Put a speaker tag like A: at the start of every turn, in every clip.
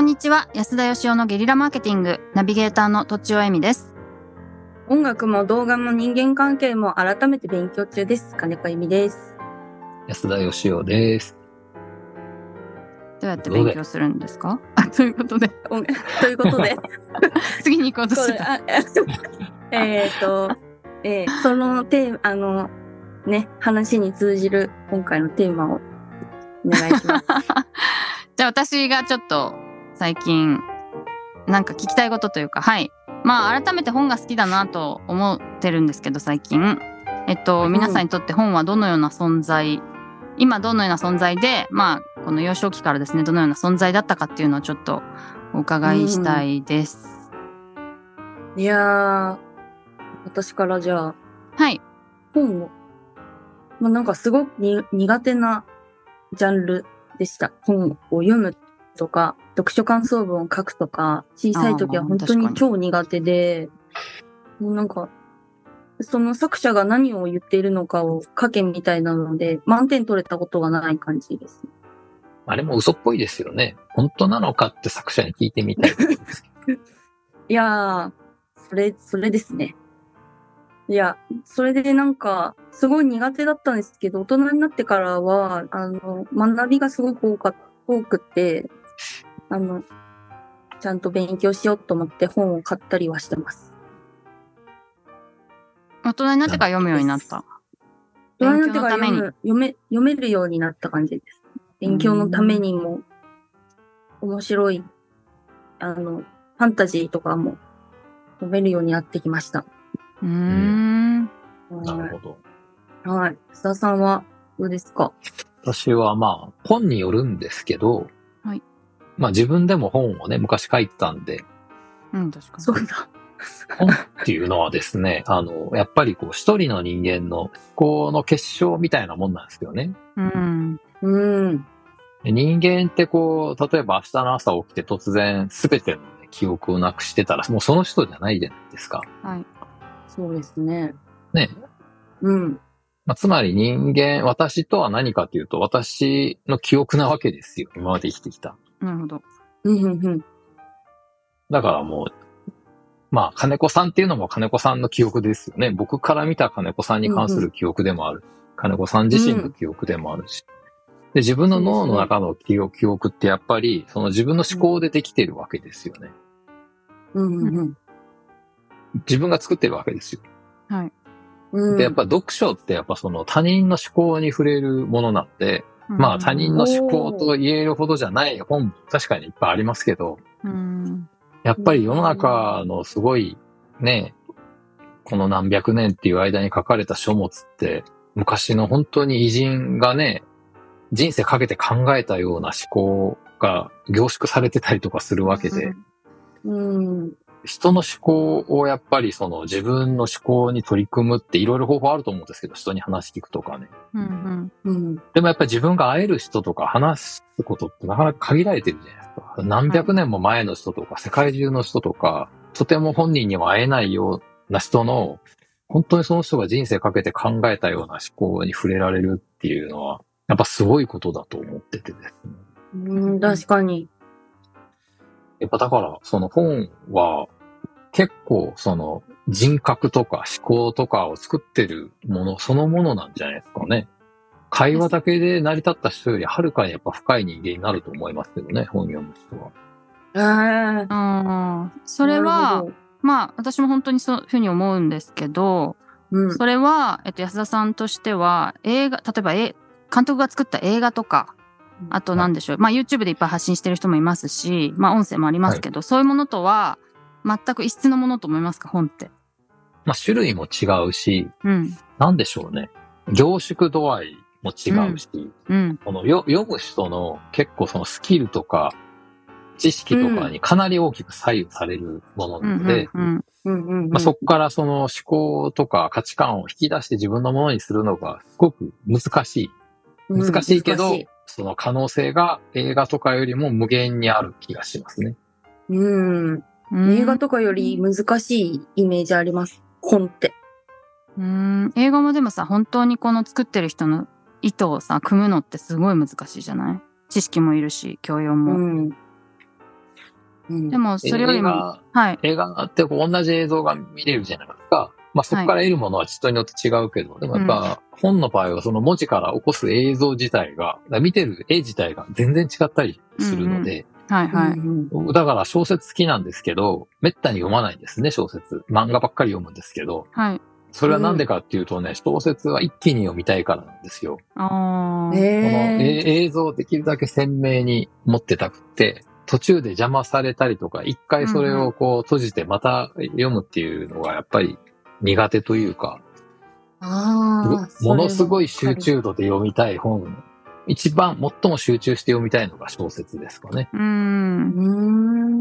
A: んにちは安田義雄のゲリラマーケティングナビゲーターのとちおえみです
B: 音楽も動画も人間関係も改めて勉強中です。金子由美です。
C: 安田義雄です。
A: どうやって勉強するんですかあということで
B: お ということで、
A: 次に行こうと
B: こ
A: して
B: れ
A: た
B: あ えっと、えーそのテーマ、あの、ね、話に通じる今回のテーマをお願いします。
A: じゃあ私がちょっと最近なんか聞きたいことというかはいまあ改めて本が好きだなと思ってるんですけど最近えっと
B: うん
A: 皆さんにとって本はどのような存在今どのような存在でまあこの幼少期からですねどのような存在だったかっていうのをちょっとお伺いしたいです、
B: いやー、私からじゃあ、
A: はい
B: 本を、まあ、なんかすごくに苦手なジャンルでした。本を読むとか、読書感想文を書くとか、小さい時は
A: あー
B: 本当に
A: 確か
B: 超苦手で、もうなんか、その作者が何を言っているのかを書けみたいなので、満点取れたことがない感じです。
C: あれも嘘っぽいですよね。本当なのかって作者に聞いて みたい。
B: いやー、それ、それですね。いや、それでなんか、すごい苦手だったんですけど、大人になってからは、あの、学びがすごく多か多くて、あの、ちゃんと勉強しようと思って本を買ったりはしてます。
A: 大人になってから読むようになった
B: 大
A: 勉強
B: 人になって
A: の
B: から
A: ために
B: 読む読め、読めるようになった感じです。勉強のためにも、面白い、あの、ファンタジーとかも読めるようになってきました。
A: うーん
C: なるほど。
B: はい。須田さんはどうですか
C: 私はまあ、本によるんですけど、
A: はい
C: まあ自分でも本をね、昔書いてたんで、
A: うん確かに
B: そうだ。
C: 本っていうのはですね、あの、やっぱりこう、一人の人間の思考の結晶みたいなもんなんですよね。
A: うん
B: うん。
C: 人間ってこう、例えば明日の朝起きて突然全てのね、記憶をなくしてたら、もうその人じゃないじゃないですか。
A: はい
B: そうですね。
C: ね、
B: うん。
C: まあ、つまり人間、私とは何かというと、私の記憶なわけですよ。今まで生きてきた。
A: なるほど
B: うん、うん、うん。
C: だからもう、まあ、金子さんっていうのも金子さんの記憶ですよね。僕から見た金子さんに関する記憶でもある。金子さん自身の記憶でもあるし。で、自分の脳の中の記憶記憶ってやっぱり、その自分の思考でできてるわけですよね。
B: うん、うん、
C: 自分が作ってるわけですよ。
B: うん。
C: で、やっぱ読書ってやっぱその他人の思考に触れるものなんで、まあ他人の思考と言えるほどじゃない本も確かにいっぱいありますけど、
A: うん
C: やっぱり世の中のすごいね、この何百年っていう間に書かれた書物って、昔の本当に偉人がね、人生かけて考えたような思考が凝縮されてたりとかするわけで、
B: うん。
C: 人の思考をやっぱりその自分の思考に取り組むっていろいろ方法あると思うんですけど、人に話聞くとかね。
A: うんうん
B: うん。
C: でもやっぱり自分が会える人とか話すことってなかなか限られてるじゃないですか。何百年も前の人とか、世界中の人とか、とても本人には会えないような人の、本当にその人が人生かけて考えたような思考に触れられるっていうのは、やっぱすごいことだと思っててですね。
B: うん、確かに。
C: やっぱだから、その本は、結構その人格とか思考とかを作ってるものそのものなんじゃないですかね。会話だけで成り立った人よりはるかにやっぱ深い人間になると思いますけどね、本読む人は。
B: ああ。
A: あーそれは
B: なるほど、
A: まあ私も本当にそういうふうに思うんですけど、
B: うん。
A: それは、えっと、安田さんとしては映画例えばえ監督が作った映画とか
B: うん
A: あと何でしょう、まあ、YouTube でいっぱい発信してる人もいますし、まあ、音声もありますけど、そういうものとは全く異質のものと思いますか本って。
C: まあ種類も違うし、
A: うん
C: なんでしょうね。凝縮度合いも違うし、
A: うん
C: このよ読む人の結構そのスキルとか知識とかにかなり大きく左右されるもの
A: う
C: なの
A: ん
C: で、
A: うん
B: うん、うん。
C: まあ、そこからその思考とか価値観を引き出して自分のものにするのがすごく難しい。
B: うん
C: 難しいけど、
B: 難しい
C: その可能性が映画とかよりも無限にある気がしますね。
B: うん。
A: うん
B: 映画とかより難しいイメージあります。本って。
A: うん映画もでもさ本当にこの作ってる人の意図をさ組むのってすごい難しいじゃない知識もいるし教養
B: う
A: も。
B: ん。うん
A: でも、それより
C: 映
A: も、
C: 画、
A: はい。
C: 映画ってこう同じ映像が見れるじゃないですか。まあそこから得るものは人によって違うけど、でもやっぱ本の場合はその文字から起こす映像自体が、見てる絵自体が全然違ったりするので、
A: はい、は
B: う
A: い。
B: ん
C: だから小説好きなんですけど、めったに読まないんですね、小説。漫画ばっかり読むんですけど、
A: はい。
C: それはなんでかっていうとね、小説は一気に読みたいからなんですよ。
A: ああ。
C: この
B: へえ。
C: え映像をできるだけ鮮明に持ってたくて、途中で邪魔されたりとか、一回それをこう閉じてまた読むっていうのがやっぱり苦手というか、
B: ああ。
C: ものすごい
B: それは
C: 集中度で読みたい本。一番最も集中して読みたいのが小説ですかね。
A: う
B: わ
A: ん。
B: かる。うー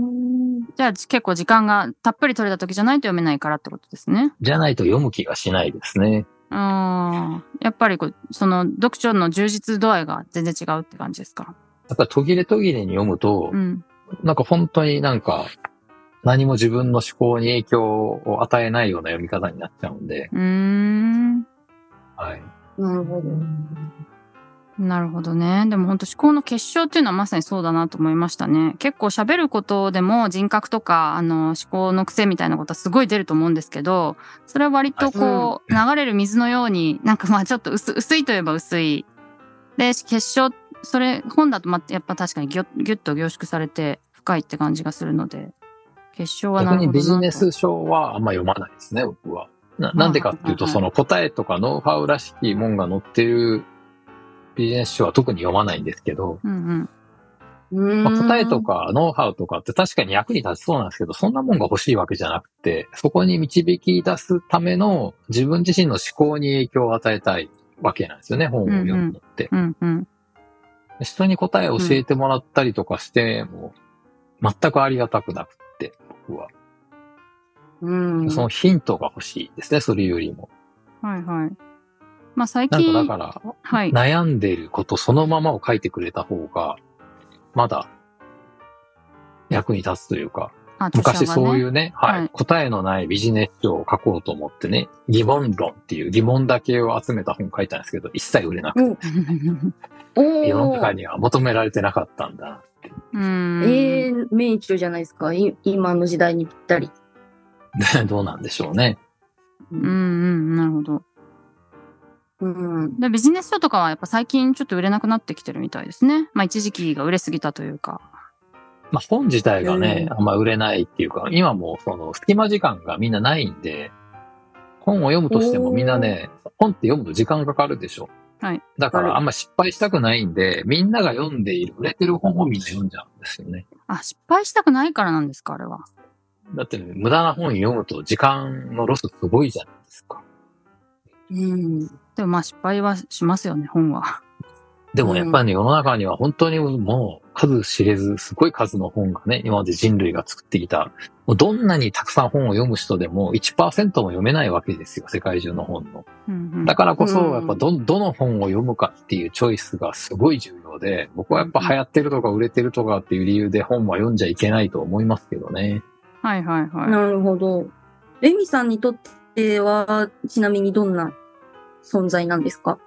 B: ん。
A: じゃあ結構時間がたっぷり取れた時じゃないと読めないからってことですね。
C: じゃないと読む気がしないですね。
A: ああ。やっぱりこう、その読書の充実度合いが全然違うって感じですか。
C: やっぱ途切れ途切れに読むと
A: う、ん。
C: なんか本当になんか何も自分の思考に影響を与えないような読み方になっちゃうんで、
A: うーん。
C: はい。
B: なるほど。
A: なるほどね。でも本当思考の結晶っていうのはまさにそうだなと思いましたね。結構喋ることでも人格とかあの思考の癖みたいなことはすごい出ると思うんですけど、それは割とこう、流れる水のようになんかまあちょっと薄薄いといえば薄い。で、結晶、それ本だとまやっぱ確かにギュギュッと凝縮されて深いって感じがするので、結晶はな
C: 逆
A: るほど
C: に
A: なと。
C: ビジネス書はあんま読まないですね、僕は。ななんでかっていうと、
A: はいはいはい
C: その答えとかノウハウらしきもんが載ってるビジネス書は特に読まないんですけど、
A: うんうん。
C: まあ答
B: 答
C: えと。かノウハウとかって確かに役に立ちそうなんですけど、そんなもんが欲しいわけじゃなくて、そこに導き出すための自分自身の思考に影響を与えたいわけなんですよね、本を読むのって。
A: うんうん。
C: 人に答えを教えてもらったりとかしても、全くありがたくなくって、僕は。
B: うん。
C: そのヒントが欲しいですね、それよりも。
A: はいはい。まあ最
C: なん
A: 近、
C: かだから、
A: はい。
C: 悩んでることそのままを書いてくれた方が、まだ役に立つというか、
A: あ著者が
C: 昔そうい
A: ね。
C: うね、はい、
A: はい
C: 答えのないビジネス書を書こうと思ってね、疑問論っていう疑問だけを集めた本書いたんですけど、一切売れなくて、
B: お
C: 世の中
B: ー。
C: には求められてなかったんだ。
A: うーん。
B: ええ、名著じゃないですか。い今の時代にぴったり。
C: どうなんでしょうね。
A: うんうん、なるほど。
B: うん。
A: でビジネス書とかはやっぱ最近ちょっと売れなくなってきてるみたいですね。まあ一時期が売れすぎたというか。
C: まあ本自体がね、
B: う
C: あんま売れないっていうか、今もうその隙間時間がみんなないんで、本を読むとしてもみんなね、本って読むと時間かかるでしょ。
A: はい。
C: だ
B: か
C: か
B: からる
C: あんま失敗したくないんで、みんなが読んでいる、売れてる本をみんな読んじゃうんですよね。
A: あ、失敗したくないからなんですか、あれは。
C: だってね、無駄な本読むと時間のロスすごいじゃないですか。
B: うん。
A: でもまあ失敗はしますよね、本は。
C: でもやっぱりね、世の中には本当にもう数知れず、すごい数の本がね、今まで人類が作ってきた。もうどんなにたくさん本を読む人でも1%も読めないわけですよ、世界中の本の。
A: うんうん、
C: だからこそ、
B: うん
C: やっぱど、どの本を読むかっていうチョイスがすごい重要で、僕はやっぱ流行ってるとか売れてるとかっていう理由で本は読んじゃいけないと思いますけどね。
A: はいはいはい。
B: なるほど。レミさんにとっては、ちなみにどんな存在なんですか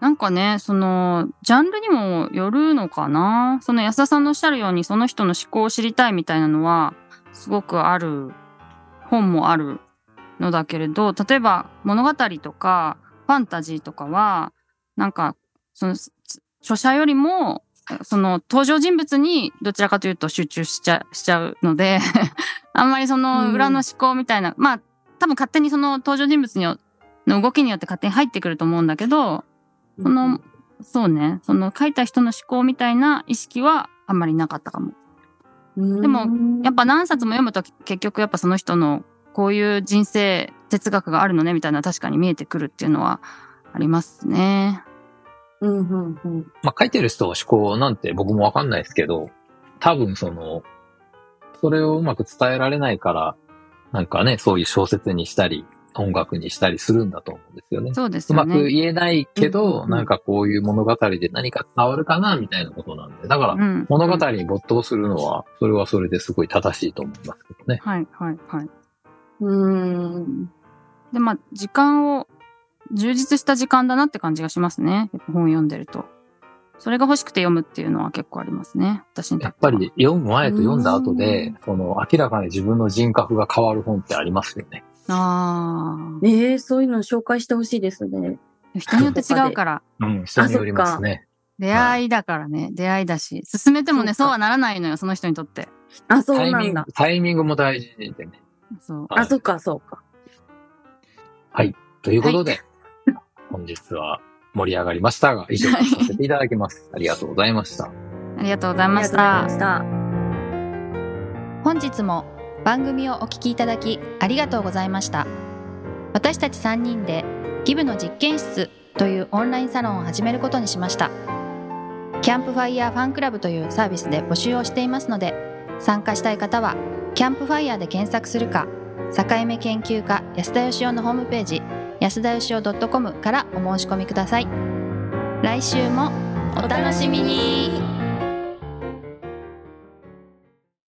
A: なんかね、その、ジャンルにもよるのかな。その安田さんのおっしゃるように、その人の思考を知りたいみたいなのは、すごくある、本もあるのだけれど、例えば物語とかファンタジーとかは、なんか、その、つ著者よりも、その登場人物にどちらかというと集中しちゃしちゃうので、 あんまりその裏の思考みたいな、まあ、多分勝手にその登場人物によの動きによって勝手に入ってくると思うんだけど、その、そうね、その書いた人の思考みたいな意識はあんまりなかったかも。
B: で
A: も、やっぱ何冊も読むと結局やっぱその人のこういう人生哲学があるのねみたいな確かに見えてくるっていうのはありますね。
B: うんうんうん。
C: まあ、書いてる人の思考なんて僕もわかんないですけど、多分その、それをうまく伝えられないから、なんかね、そういう小説にしたり、音楽にしたりするんだと思うんですよね。
A: そうです
C: う
A: よ
C: まく
A: ね。
C: 言えない
B: うん
C: け
B: うん
C: ど、
B: うん
C: なんかこういう物語で何か伝わるかな、みたいなことなんで。だから、
A: うん
C: 物語に没頭するのは、それはそれですごい正しいと思いますけどね。
A: はいはいはい。
B: うん。
A: でまあ時間を充実した時間だなって感じがしますね。やっぱ本読んでると。それが欲しくて読むっていうのは結構ありますね。私にと
C: やってぱ
A: は。
C: り読む前と読んだ後
B: う
C: で、その明らかに自分の人格が変わる本ってありますよね。
A: あ
B: ええそういうの紹介してほしいですね。
A: あ。人によって違うから。
C: うん、人によりますね。
A: 出会いだからね。出会いだし。進めてもね、そ
B: そ
A: うう
B: か
A: はならないのよ、その人にとって。
B: あ、そ
C: タ
B: う
C: イ
B: な
C: ミ
B: ん
C: ン
B: だ
C: グ。、タイミングも大事でね。
A: そう。
C: はい
B: あ、そっか、そうか。
C: ということで、本日は盛り上がりましたが、以上とさせていただ きます。ありがとうございました。
A: ありがとうござい
B: あり
A: ま
B: が
A: し
B: とうござい
A: た
B: ま。した。
D: 本日も番組をお聞きいただきありがとうございました私たち3人でギブの実験室というオンラインサロンを始めることにしましたキャンプファイヤーファンクラブというサービスで募集をしていますので参加したい方はキャンプファイヤーで検索するか境目研究家安田義雄のホームページ安田義雄 .com からお申し込みください来週もお楽しみに